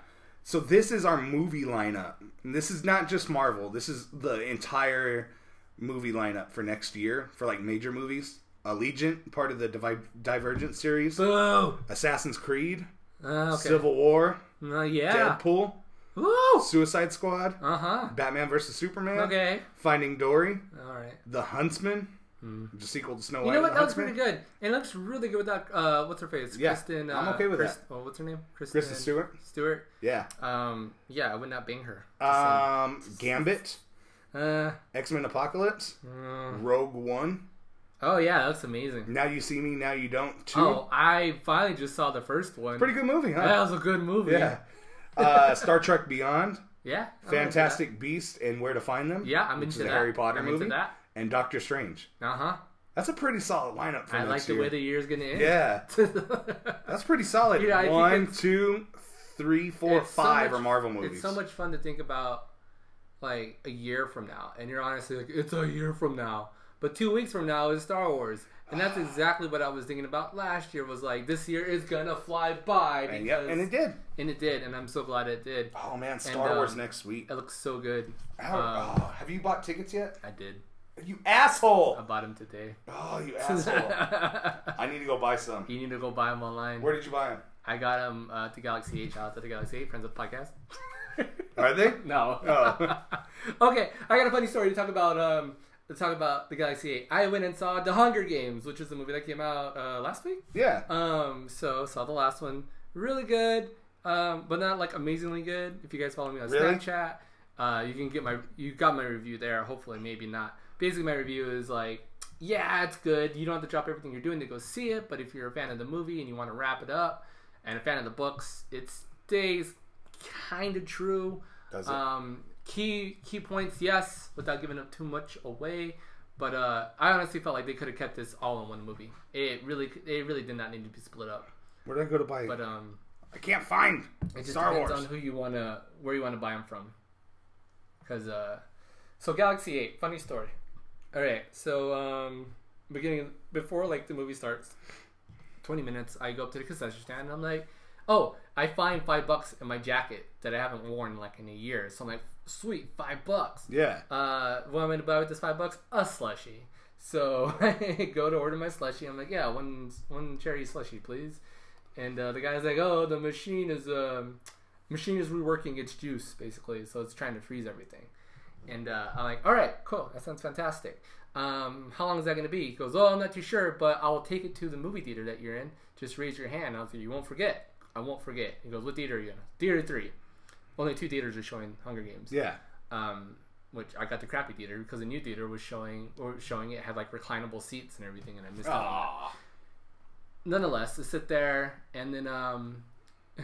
S2: So this is our movie lineup. And this is not just Marvel. This is the entire movie lineup for next year for like major movies. Allegiant, part of the Divi- Divergent series.
S1: Boo.
S2: Assassin's Creed,
S1: Uh, okay.
S2: Civil War,
S1: Uh, yeah.
S2: Deadpool,
S1: Woo.
S2: Suicide Squad,
S1: Uh huh.
S2: Batman vs Superman,
S1: Okay.
S2: Finding Dory,
S1: All right.
S2: The Huntsman, the sequel to Snow White.
S1: You know what?
S2: and
S1: That
S2: the
S1: looks
S2: Huntsman.
S1: pretty good. It looks really good with that. Uh, what's her face?
S2: Yeah,
S1: Kristen. Uh,
S2: I'm okay with
S1: Chris,
S2: that.
S1: Oh, what's her name? Kristen,
S2: Kristen Stewart.
S1: Stewart.
S2: Yeah.
S1: Um, yeah, I would not bang her.
S2: Um, Gambit,
S1: Uh, mm.
S2: X Men Apocalypse,
S1: Hmm.
S2: Rogue One.
S1: oh yeah, that looks amazing.
S2: Now you see me, now you don't. Two.
S1: Oh, I finally just saw the first one.
S2: Pretty good movie, huh?
S1: That was a good movie.
S2: Yeah. Uh, Star Trek Beyond,
S1: Yeah. I'm into
S2: Fantastic Beast, and Where to Find Them.
S1: that. Yeah, I'm
S2: which
S1: into
S2: is a
S1: that.
S2: Harry Potter
S1: I'm
S2: movie.
S1: into that.
S2: And Doctor Strange.
S1: Uh huh.
S2: That's a pretty solid lineup for
S1: I
S2: next
S1: like the
S2: year.
S1: way the year's gonna end.
S2: yeah, that's pretty solid.
S1: You know, I think
S2: One,
S1: it's-
S2: two, three, four,
S1: It's so
S2: five
S1: much-
S2: are Marvel movies.
S1: It's so much fun to think about, like a year from now, and you're honestly like, it's a year from now, but two weeks from now is Star Wars, and that's exactly what I was thinking about last year. Was like, this year is gonna fly by, because,
S2: and, yep, and it did.
S1: and it did, and I'm so glad it did.
S2: Oh man, Star
S1: um,
S2: Wars next week.
S1: It looks so good.
S2: How-
S1: um,
S2: oh, have you bought tickets yet?
S1: I did.
S2: You
S1: I
S2: asshole!
S1: bought them today.
S2: Oh, you asshole! I need to go buy some.
S1: you need to go buy them online.
S2: Where did you buy them?
S1: I got them uh, to Galaxy Eight. Shout out to the Galaxy Eight friends of the podcast.
S2: Are they?
S1: No.
S2: Oh.
S1: okay, I got a funny story to talk about. Um, to talk about the Galaxy Eight. I went and saw The Hunger Games, which is a movie that came out uh, last week.
S2: Yeah.
S1: Um, so saw the last one, really good, um, but not like amazingly good. If you guys follow me on
S2: Really?
S1: Snapchat, uh, you can get my you got my review there. Hopefully, maybe not. Basically, my review is like, yeah, it's good. You don't have to drop everything you're doing to go see it, but if you're a fan of the movie and you want to wrap it up, and a fan of the books, it stays kind of true.
S2: Does it?
S1: Um, key key points, yes, without giving up too much away. But uh, I honestly felt like they could have kept this all in one movie. It really, it really did not need to be split up.
S2: Where did I go to buy?
S1: But um,
S2: I can't find
S1: it just
S2: Star
S1: depends
S2: Wars.
S1: on who you wanna, where you wanna buy them from. Cause uh, so Galaxy Eight, funny story. All right, so um, beginning before like the movie starts, twenty minutes, I go up to the concession stand and I'm like, oh, I find five bucks in my jacket that I haven't worn like in a year. So I'm like, sweet, five bucks.
S2: Yeah.
S1: uh, what am I gonna buy with this five bucks? A slushy. So I go to order my slushy. I'm like, yeah, one one cherry slushy, please. And uh, the guy's like, oh, the machine is um, machine is reworking its juice basically, so it's trying to freeze everything. And uh, I'm like, all right, cool, that sounds fantastic. Um, how long is that gonna be? He goes, oh, I'm not too sure, but I will take it to the movie theater that you're in. Just raise your hand. I was like, you won't forget. I won't forget. He goes, "What theater are you in?" Theater three. Only two theaters are showing Hunger Games.
S2: Yeah.
S1: Um, which I got the crappy theater because the new theater was showing or showing it had like reclinable seats and everything, and I missed out. on that.
S2: Aw.
S1: Nonetheless, I sit there, and then um,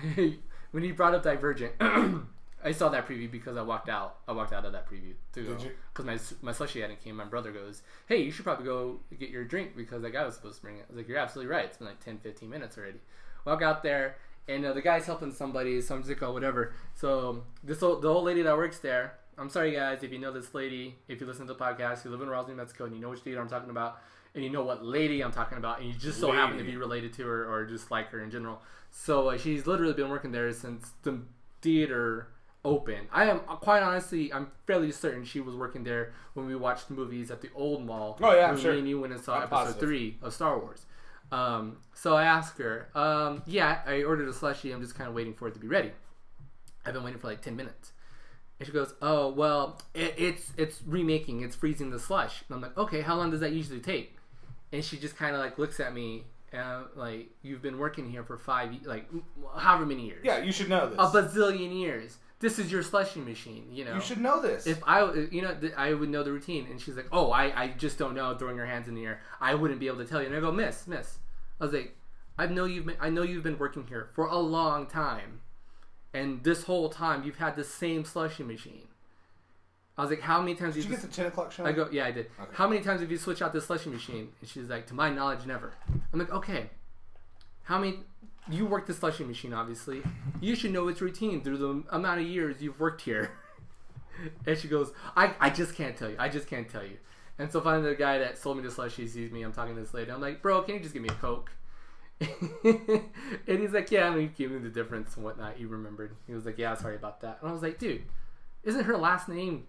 S1: when he brought up Divergent, I saw that preview because I walked out. I walked out of that preview too
S2: Did you?
S1: because my my slushie hadn't came. My brother goes, "Hey, you should probably go get your drink because that guy was supposed to bring it." I was like, "You're absolutely right. It's been like 10, 15 minutes already." Walk out there, and uh, the guy's helping somebody, so I'm just like, "Oh, whatever." So this old, the old lady that works there. I'm sorry, guys, if you know this lady, if you listen to the podcast, you live in Roswell, New Mexico, and you know which theater I'm talking about, and you know what lady I'm talking about, and you just so happen to
S2: Lady.
S1: be related to her or just like her in general. So uh, she's literally been working there since the theater opened. I am quite honestly, I'm fairly certain she was working there when we watched the movies at the old mall.
S2: Oh, yeah, I'm
S1: when
S2: sure.
S1: me and you went and saw
S2: I'm
S1: episode
S2: positive.
S1: three of Star Wars. Um, so I asked her, um, yeah, I ordered a slushie. I'm just kind of waiting for it to be ready. I've been waiting for like ten minutes. And she goes, "Oh well, it, it's it's remaking, it's freezing the slush." And I'm like, "Okay, how long does that usually take?" And she just kind of like looks at me, uh, like, "You've been working here for five, ye- like, m- however many years,
S2: Yeah, you should know this.
S1: a bazillion years. This is your slushing machine, you know."
S2: you should know this.
S1: if I, you know, th- I would know the routine. And she's like, "Oh, I, I just don't know." Throwing her hands in the air, I wouldn't be able to tell you. And I go, "Miss, miss," I was like, "I know you've been, I know you've been working here for a long time, and this whole time you've had the same slushing machine." I was like, "How many times
S2: Did you get the ten o'clock show?
S1: I go, yeah, I did. How many times have you switched out the slushing machine? And she's like, to my knowledge, never. I'm like, okay. How many? You work the slushing machine, obviously. You should know its routine through the amount of years you've worked here. and she goes, I, I just can't tell you. I just can't tell you. And so finally, the guy that sold me the slushie sees me. I'm talking to this lady. I'm like, bro, can you just give me a coke? and he's like, yeah, I mean, give me the difference and whatnot. He remembered. He was like, yeah, sorry about that. And I was like, dude, isn't her last name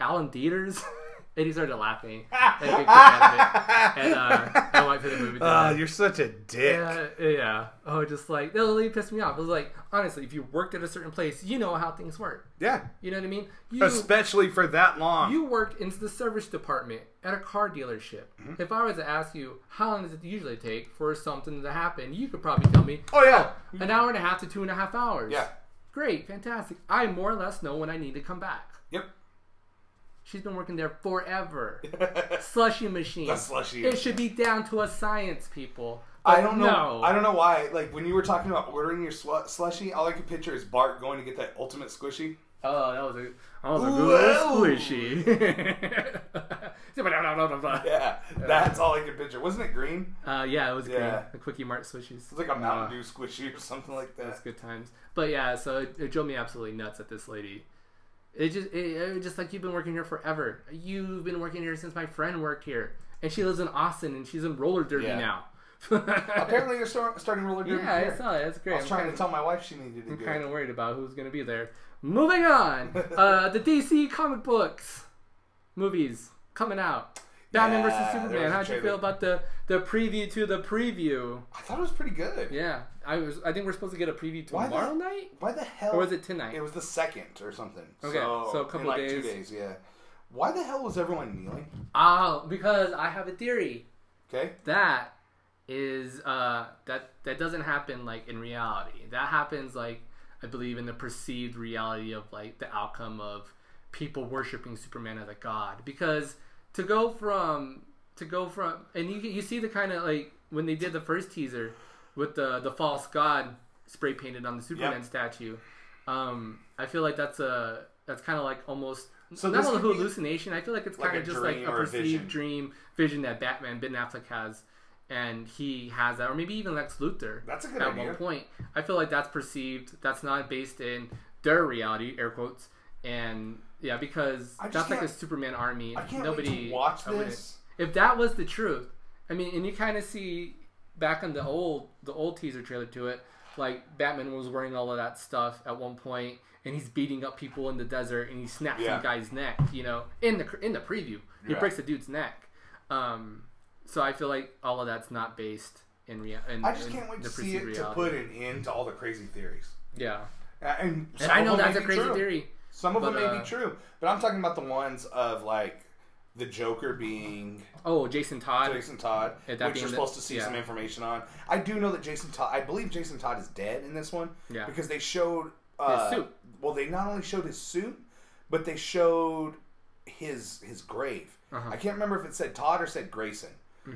S1: Alan Dieters? and he started laughing. And I, kicked him out of it. And, uh, I went to the movie.
S2: Ah,
S1: theater.
S2: you're such a dick.
S1: yeah, yeah. Oh, just like that really pissed me off. It was like, honestly, if you worked at a certain place, you know how things work.
S2: Yeah.
S1: You know what I mean? You
S2: Especially for that long.
S1: you worked in the service department at a car dealership.
S2: Mm-hmm.
S1: If I was to ask you how long does it usually take for something to happen, you could probably tell me
S2: oh yeah.
S1: an hour and a half to two and a half hours.
S2: Yeah.
S1: Great, fantastic. I more or less know when I need to come back.
S2: Yep.
S1: She's been working there forever. slushy machine.
S2: The slushy
S1: It
S2: machine.
S1: should be down to a science, people.
S2: I
S1: But
S2: don't know.
S1: no.
S2: I don't know why. Like when you were talking about ordering your slu- slushy, all I could picture is Bart going to get that ultimate squishy.
S1: Oh, that was a that was a
S2: Whoa.
S1: good squishy.
S2: Yeah, that's all I could picture. Wasn't it green?
S1: uh, yeah, it was great.
S2: Yeah.
S1: The quickie mart swishes.
S2: It's like a
S1: Uh-huh.
S2: Mountain Dew squishy or something like that.
S1: That's good times. But yeah, so it, it drove me absolutely nuts at this lady. It just, it, it was just like you've been working here forever. You've been working here since my friend worked here, and she lives in Austin, and she's in roller derby
S2: Yeah.
S1: now.
S2: Apparently, you're start- starting roller derby.
S1: yeah,
S2: here.
S1: I saw it. That's great.
S2: I was
S1: I'm
S2: trying
S1: kinda-
S2: to tell my wife she needed to
S1: I'm
S2: do
S1: kind
S2: it.
S1: of worried about who's going to be there. Moving on, uh, the DC comic books movies coming out. Batman
S2: Yeah,
S1: versus
S2: there was
S1: Superman.
S2: a
S1: How'd you
S2: trailer.
S1: feel about the the preview to the preview?
S2: I thought it was pretty good.
S1: Yeah, I was. I think we're supposed to get a preview
S2: Why the-
S1: tomorrow night,
S2: Why the hell?
S1: or was it tonight?
S2: It was the second or something.
S1: Okay, so a couple
S2: in like
S1: days.
S2: Two days, yeah. Why the hell was everyone kneeling?
S1: Oh, because I have a theory
S2: Okay.
S1: that is uh that that doesn't happen like in reality. That happens like I believe in the perceived reality of like the outcome of people worshiping Superman as a god because to go from to go from and you you see the kind of like when they did the first teaser with the the false god spray painted on the Superman statue. Um I feel like that's a that's kind of like almost
S2: So
S1: not
S2: this
S1: a
S2: could be-
S1: hallucination. I feel like it's
S2: Like
S1: kind
S2: a
S1: of just like
S2: dream
S1: a
S2: or a
S1: perceived
S2: vision.
S1: dream vision that Batman Ben Affleck has, and he has that, or maybe even Lex Luthor.
S2: That's a good
S1: at
S2: idea.
S1: one point. I feel like that's perceived. That's not based in their reality, air quotes, and yeah, because
S2: I just
S1: that's like a
S2: can't-
S1: Superman army.
S2: I can't
S1: Nobody
S2: wait to watch
S1: I wouldn't-
S2: this.
S1: If that was the truth, I mean, and you kind of see back on the old the old teaser trailer to it, like Batman was wearing all of that stuff at one point, and he's beating up people in the desert, and he snaps
S2: Yeah.
S1: the guy's neck. You know, in the in the preview, he
S2: Yeah.
S1: breaks the dude's neck. Um, so I feel like all of that's not based in real.
S2: I just can't wait to see it to put an end to all the crazy theories.
S1: Yeah,
S2: Uh, And,
S1: and
S2: some
S1: I
S2: of
S1: know
S2: them
S1: that's
S2: may
S1: a
S2: be
S1: crazy
S2: true.
S1: theory.
S2: Some of
S1: but,
S2: them may
S1: uh,
S2: be true, but I'm talking about the ones of like the Joker being
S1: Oh, Jason Todd.
S2: Jason
S1: At
S2: Todd, which
S1: that
S2: you're
S1: being the-
S2: supposed to see
S1: yeah.
S2: some information on. I do know that Jason Todd. I believe Jason Todd is dead in this one.
S1: Yeah.
S2: Because they showed uh,
S1: His suit.
S2: Well, they not only showed his suit, but they showed his his grave.
S1: Uh-huh. Mm-hmm.
S2: I can't remember if it said Todd or said Grayson,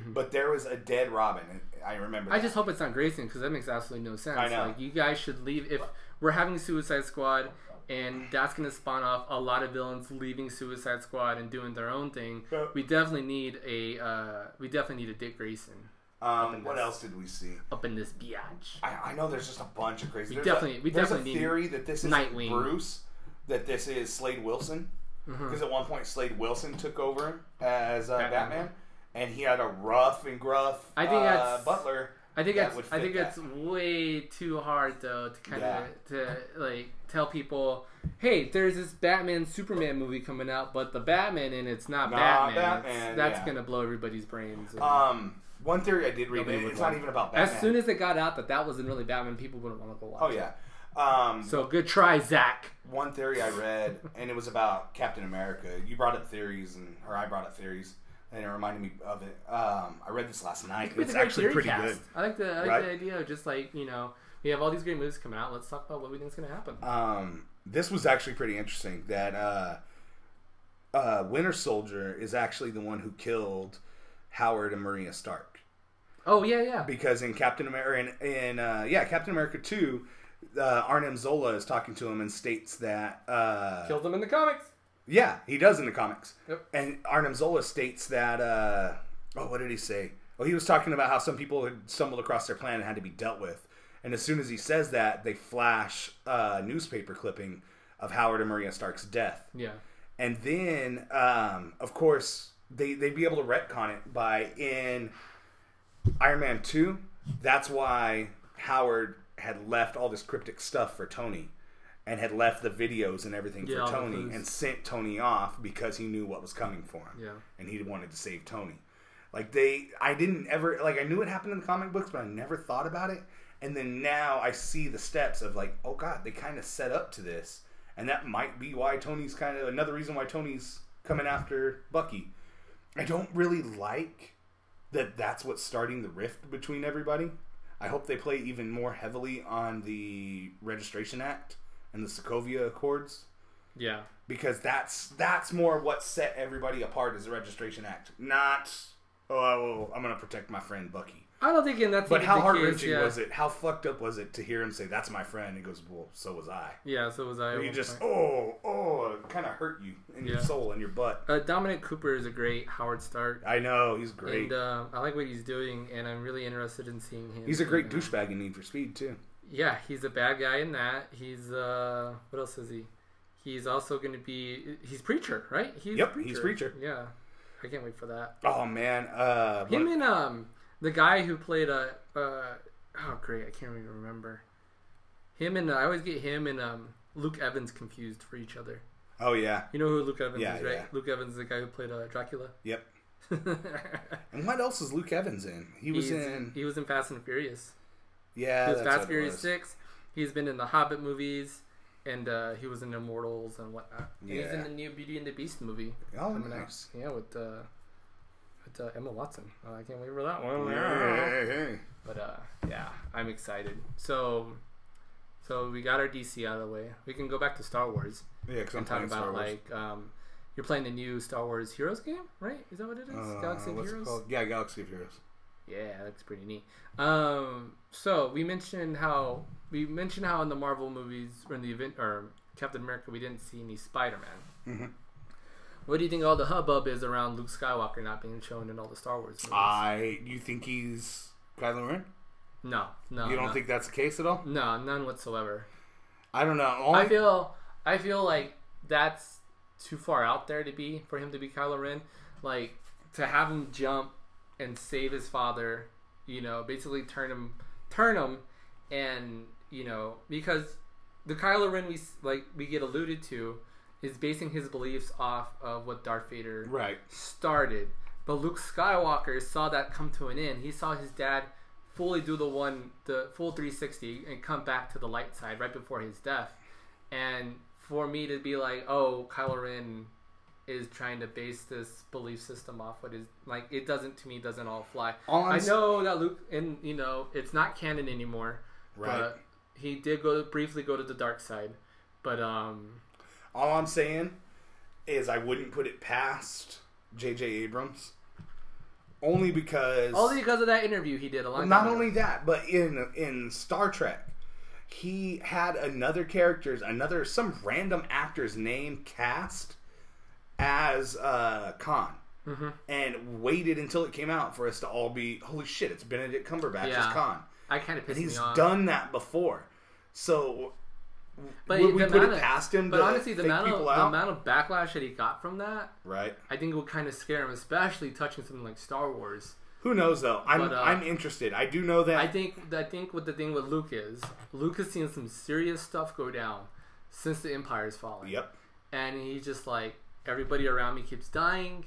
S2: but there was a dead Robin. and I remember.
S1: I
S2: that.
S1: just hope it's not Grayson because that makes absolutely no sense.
S2: I know.
S1: Like you guys should leave if we're having Suicide Squad, and that's going to spawn off a lot of villains leaving Suicide Squad and doing their own thing.
S2: Yeah.
S1: We definitely need a uh, we definitely need a Dick Grayson
S2: Um, what else did we see?
S1: up in this biatch.
S2: I, I know there's just a bunch of crazy. there's
S1: definitely-
S2: a,
S1: we
S2: there's
S1: definitely
S2: a
S1: need
S2: theory that this is
S1: Nightwing. Mm-hmm.
S2: Bruce, that this is Slade Wilson, because at one point Slade Wilson took over him as uh, Batman.
S1: Batman.
S2: and he had a rough and gruff
S1: I think
S2: uh,
S1: that's-
S2: butler.
S1: I think
S2: that
S1: that's
S2: would fit
S1: I think
S2: that.
S1: that's way too hard though to kind
S2: Yeah.
S1: of to like tell people, hey, there's this Batman Superman movie coming out, but the Batman in it's not
S2: Not
S1: Batman. It's-
S2: Batman,
S1: that's
S2: yeah.
S1: going to blow everybody's brains. And-
S2: Um, one theory I did read.
S1: Nobody
S2: and
S1: would
S2: It's not
S1: like-
S2: even about Batman.
S1: As soon as it got out that that wasn't really Batman, people wouldn't want to go watch.
S2: oh
S1: it.
S2: yeah. Um,
S1: So good try, Zach.
S2: one theory I read, and it was about Captain America. You brought up theories, and or I brought up theories, and it reminded me of it. Um, I read this last night. It's
S1: a great
S2: actually
S1: theory
S2: pretty
S1: cast.
S2: good.
S1: I like the I like
S2: Right?
S1: the idea of just like you know we have all these great movies coming out. Let's talk about what we think is going to happen.
S2: um, this was actually pretty interesting that uh, uh, Winter Soldier is actually the one who killed Howard and Maria Stark
S1: oh yeah, yeah.
S2: because in Captain America, in, in uh, yeah, Captain America two, uh, Arnim Zola is talking to him and states that uh,
S1: Killed them in the comics.
S2: yeah, he does in the comics.
S1: Yep.
S2: And Arnim Zola states that, uh, oh, what did he say? Oh, he was talking about how some people had stumbled across their plan and had to be dealt with. And as soon as he says that, they flash a newspaper clipping of Howard and Maria Stark's death.
S1: Yeah.
S2: And then, um, of course, they, they'd be able to retcon it by in Iron Man 2. That's why Howard had left all this cryptic stuff for Tony and had left the videos and everything
S1: Yeah, all
S2: for
S1: the
S2: Tony
S1: clues.
S2: and sent Tony off because he knew what was coming for him.
S1: Yeah.
S2: And he wanted to save Tony. Like, they, I didn't ever, like, I knew it happened in the comic books, but I never thought about it. And then now I see the steps of, like, oh God, they kind of set up to this. And that might be why Tony's kind of another reason why Tony's coming after Bucky. I don't really like that that's what's starting the rift between everybody. I hope they play even more heavily on the Registration Act and the Sokovia Accords
S1: Yeah.
S2: because that's that's more what set everybody apart is the Registration Act, not oh I'm gonna protect my friend Bucky.
S1: I don't think in that's
S2: But
S1: even
S2: how
S1: the
S2: heart
S1: case,
S2: wrenching
S1: yeah.
S2: was it? How fucked up was it to hear him say that's my friend? He goes, well, so was I.
S1: Yeah. So was I. at
S2: You
S1: one
S2: just
S1: point.
S2: oh oh, kind of hurt you in your
S1: Yeah.
S2: soul and your butt.
S1: Uh, Dominic Cooper is a great Howard Stark,
S2: I know he's great.
S1: and um, I like what he's doing, and I'm really interested in seeing him.
S2: He's a great
S1: you know.
S2: douchebag in Need for Speed too.
S1: Yeah, he's a bad guy in that. He's uh, what else is he? He's also going to be he's preacher, right? He's
S2: Yep, he's Preacher.
S1: Yeah, I can't wait for that.
S2: Oh man, uh,
S1: Him
S2: what-
S1: and um, the guy who played uh, uh, oh great, I can't even remember. Him and I always get him and um Luke Evans confused for each other.
S2: oh yeah,
S1: You know who Luke Evans
S2: Yeah,
S1: is, right?
S2: yeah.
S1: Luke Evans is the guy who played uh, Dracula.
S2: yep. And what else is Luke Evans in? He was
S1: He's-
S2: in
S1: he was in Fast and Furious.
S2: yeah,
S1: He was
S2: that's what
S1: Fast
S2: it
S1: Furious
S2: was.
S1: Six. He's been in the Hobbit movies, and uh, he was in Immortals and whatnot. And He's in
S2: Yeah.
S1: the new Beauty and the Beast movie.
S2: Oh
S1: coming out.
S2: nice.
S1: Yeah, with uh, with uh, Emma Watson. Uh, I can't wait for that one.
S2: Hey, hey, hey.
S1: But uh, yeah, I'm excited. So, so we got our DC out of the way. We can go back to Star Wars
S2: Yeah, because I'm
S1: and talk
S2: talking
S1: about
S2: Star Wars.
S1: like um, you're playing the new Star Wars Heroes game, right? Is that what it is?
S2: Uh,
S1: Galaxy of
S2: what's it
S1: Heroes.
S2: called? Yeah, Galaxy of Heroes.
S1: Yeah, that looks pretty neat. Um, so we mentioned how we mentioned how in the Marvel movies or in the event or Captain America we didn't see any Spider Man.
S2: Mm-hmm.
S1: What do you think all the hubbub is around Luke Skywalker not being shown in all the Star Wars movies?
S2: I you think he's Kylo Ren?
S1: no, no,
S2: You don't
S1: no.
S2: think that's the case at all?
S1: no, none whatsoever.
S2: I don't know.
S1: I
S2: Only-
S1: feel I feel like that's too far out there to be for him to be Kylo Ren. Like to have him jump and save his father, you know, basically turn him turn him and you know because the Kylo Ren we s- like we get alluded to is basing his beliefs off of what Darth Vader
S2: right.
S1: started. But Luke Skywalker saw that come to an end. He saw his dad fully do the one, the full 360 and come back to the light side right before his death. And for me to be like, oh, Kylo Ren is trying to base this belief system off what is like it doesn't to me doesn't all fly.
S2: All I'm
S1: I
S2: s-
S1: know that Luke and you know it's not canon anymore,
S2: Right.
S1: but he did go briefly go to the dark side, but um
S2: All I'm saying is I wouldn't put it past J.J. Abrams, only because
S1: only because of that interview he did a long
S2: not
S1: time ago.
S2: only that, but in in Star Trek, he had another character's another some random actor's name cast as uh, Khan,
S1: Mm-hmm.
S2: and waited until it came out for us to all be holy shit! It's Benedict Cumberbatch
S1: Yeah.
S2: as Khan.
S1: I kind of pissed
S2: He's
S1: me off.
S2: done that before, so
S1: But
S2: would we
S1: the
S2: put
S1: amount
S2: it
S1: of-
S2: past him?
S1: But
S2: to
S1: honestly, the
S2: fake
S1: amount, of,
S2: people
S1: the
S2: out?
S1: amount of backlash that he got from that,
S2: right?
S1: I think would kind of scare him, especially touching something like Star Wars.
S2: Who knows though? I'm
S1: But, uh,
S2: I'm interested. I do know that
S1: I think I think what the thing with Luke is, Luke has seen some serious stuff go down since the Empire's fallen.
S2: Yep.
S1: And he's just like, everybody around me keeps dying.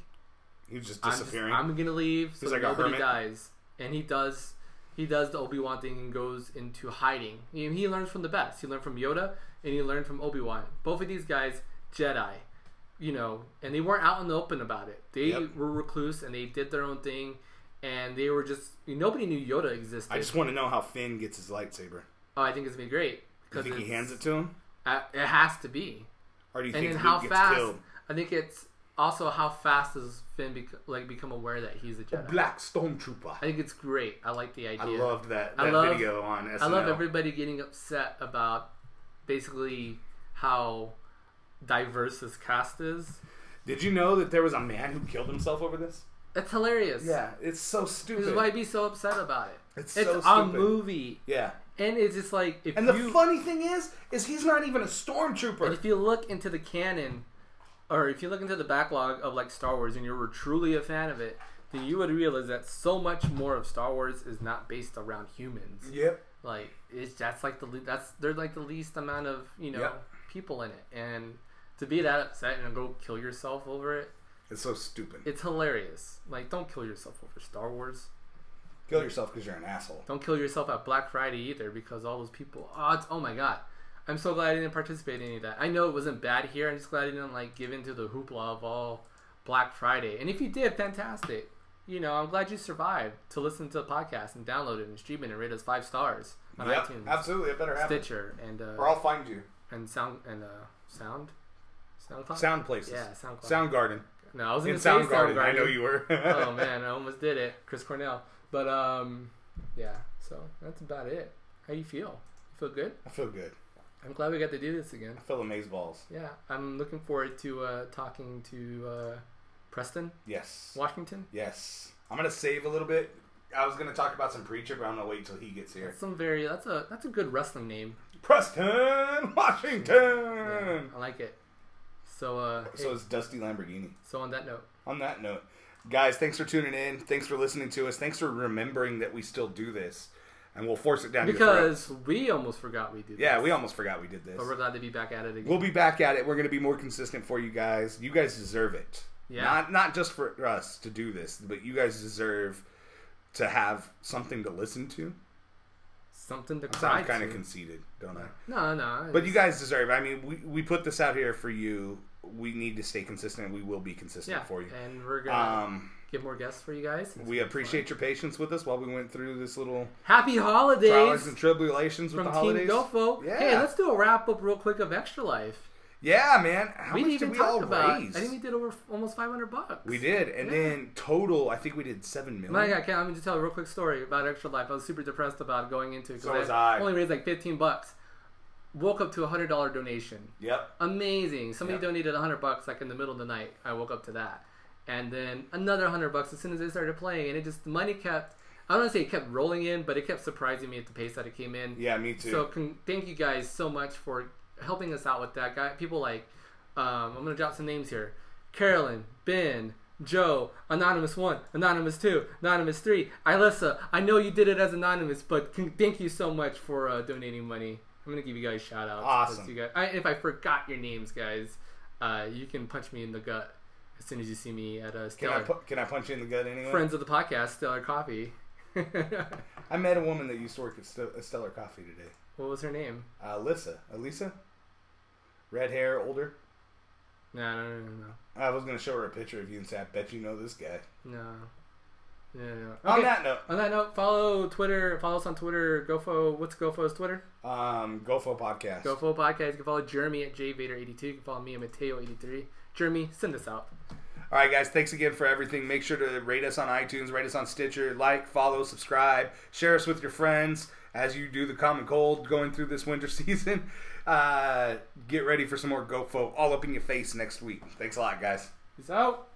S2: He was just
S1: I'm, just-
S2: disappearing.
S1: I'm gonna leave so
S2: He's like a
S1: nobody
S2: hermit.
S1: dies. And he does he does the Obi Wan thing and goes into hiding. He, he learns from the best. He learned from Yoda and he learned from Obi Wan. Both of these guys, Jedi, you know, and they weren't out in the open about it. They
S2: Yep.
S1: were recluse and they did their own thing. And they were just nobody knew Yoda existed.
S2: I just want to know how Finn gets his lightsaber.
S1: oh, I think it's gonna be great
S2: You
S1: because
S2: think he
S1: it's-
S2: hands it to him,
S1: uh, it has to be.
S2: or do you
S1: And
S2: think
S1: then
S2: Luke
S1: how
S2: gets
S1: fast?
S2: killed?
S1: I think it's also how fast does Finn bec- like become aware that he's a Jedi.
S2: Black Stormtrooper.
S1: I think it's great. I like the idea.
S2: I loved that,
S1: I
S2: that
S1: love-
S2: video on SNL.
S1: I love everybody getting upset about basically how diverse this cast is.
S2: Did you know that there was a man who killed himself over this?
S1: It's hilarious.
S2: it's so
S1: This
S2: stupid.
S1: is why I'd be so upset about it.
S2: It's
S1: it's
S2: so
S1: a
S2: stupid.
S1: movie.
S2: yeah,
S1: And it's just like if
S2: and the
S1: you
S2: funny thing is, is he's not even a stormtrooper.
S1: if you look into the canon or if you look into the backlog of like Star Wars and you were truly a fan of it, then you would realize that so much more of Star Wars is not based around humans.
S2: Yep.
S1: like it's that's like the le- that's they're like the least amount of you know
S2: Yep.
S1: people in it and to be that upset and go kill yourself over it
S2: It's so stupid.
S1: it's hilarious like don't kill yourself over star wars
S2: Kill yourself because you're an asshole.
S1: don't kill yourself at black friday either because all those people oh, it's- oh my god i'm so glad i didn't participate in any of that i know it wasn't bad here i'm just glad i didn't like give into the hoopla of all black friday and if you did fantastic you know i'm glad you survived to listen to the podcast and download it and stream it and rate us five stars on
S2: Yep,
S1: itunes
S2: absolutely. It better happen,
S1: stitcher and uh,
S2: or I'll find you.
S1: and sound and uh sound SoundCloud.
S2: Sound places.
S1: Yeah, SoundCloud.
S2: Soundgarden.
S1: no, I was
S2: In
S1: gonna say
S2: Soundgarden,
S1: Soundgarden.
S2: I know you were.
S1: oh man, I almost did it, Chris Cornell. But um, yeah. So that's about it. How you feel? You feel good?
S2: I feel good.
S1: I'm glad we got to do this again.
S2: I feel amazeballs. balls.
S1: Yeah, I'm looking forward to uh, talking to uh, Preston
S2: Yes.
S1: Washington.
S2: Yes. I'm gonna save a little bit. I was gonna talk about some preacher, but I'm gonna wait till he gets here.
S1: That's some very that's a that's a good wrestling name.
S2: Preston
S1: Yeah,
S2: Washington.
S1: I like it. So uh, hey,
S2: Hmm. So it's Dusty Lamborghini.
S1: so on that note,
S2: On that note, guys, thanks for tuning in. Thanks for listening to us. Thanks for remembering that we still do this, and we'll force it down your throat.
S1: because we almost forgot we did.
S2: yeah,
S1: this,
S2: we almost forgot we did this.
S1: but we're glad to be back at it again.
S2: We'll be back at it. We're gonna be more consistent for you guys. You guys deserve it.
S1: Yeah.
S2: Not not just for us to do this, but you guys deserve to have something to listen to.
S1: Something to cry
S2: Sound kind
S1: to.
S2: of conceited, don't I?
S1: No, no.
S2: But you guys deserve. I mean, we, we put this out here for you. We need to stay consistent. We will be consistent
S1: yeah,
S2: for you.
S1: and we're gonna
S2: Um,
S1: get more guests for you guys.
S2: we appreciate your patience with us while we went through this little
S1: Happy holidays
S2: trials and tribulations with
S1: from
S2: the
S1: Team
S2: holidays.
S1: Gofo.
S2: Yeah.
S1: Hey, let's do a wrap up real quick of Extra Life.
S2: Yeah, man. How
S1: We didn't
S2: much did
S1: even
S2: we all
S1: talk about.
S2: raise?
S1: I think we did over almost 500 bucks.
S2: we did, and
S1: Yeah.
S2: then total, I think we did seven million.
S1: My God, Ken, let me just tell a real quick story about Extra Life. I was super depressed about going into it
S2: So was I.
S1: only raised like 15 bucks. Woke up to a hundred dollar donation.
S2: Yep.
S1: amazing. Somebody
S2: Yeah.
S1: donated a hundred bucks like in the middle of the night. I woke up to that, and then another hundred bucks as soon as they started playing, and it just the money kept. I don't want to say it kept rolling in, but it kept surprising me at the pace that it came in.
S2: Yeah, me too.
S1: So con- thank you guys so much for helping us out with that. Guy, people like um, I'm gonna drop some names here: Carolyn, Ben, Joe, Anonymous One, Anonymous Two, Anonymous Three, Alyssa. I know you did it as anonymous, but con- thank you so much for uh, donating money. I'm gonna give you guys shout outs.
S2: Awesome.
S1: You guys, I, if I forgot your names, guys, uh, you can punch me in the gut as soon as you see me at uh,
S2: can I
S1: Stellar.
S2: pu- can I punch you in the gut anyway?
S1: Friends of the podcast, Stellar Coffee.
S2: I met a woman that used to work at St- Stellar Coffee today.
S1: what was her name?
S2: Uh, Alyssa. Alyssa. Red hair, older.
S1: No, no, no,
S2: I was gonna show her a picture of you and say, "I bet you know this guy."
S1: no, no. No. Yeah, no.
S2: On
S1: Okay.
S2: that note,
S1: On that note, follow Twitter. Follow us on Twitter. GoFo. What's GoFo's Twitter?
S2: um, GoFo podcast.
S1: GoFo Podcast. You can follow Jeremy at JVader82. You can follow me at Mateo83. Jeremy, send us out.
S2: All right, guys, thanks again for everything. Make sure to rate us on iTunes, rate us on Stitcher, like, follow, subscribe, share us with your friends as you do the common cold going through this winter season. Uh, get ready for some more GoFo all up in your face next week. Thanks a lot, guys.
S1: Peace out.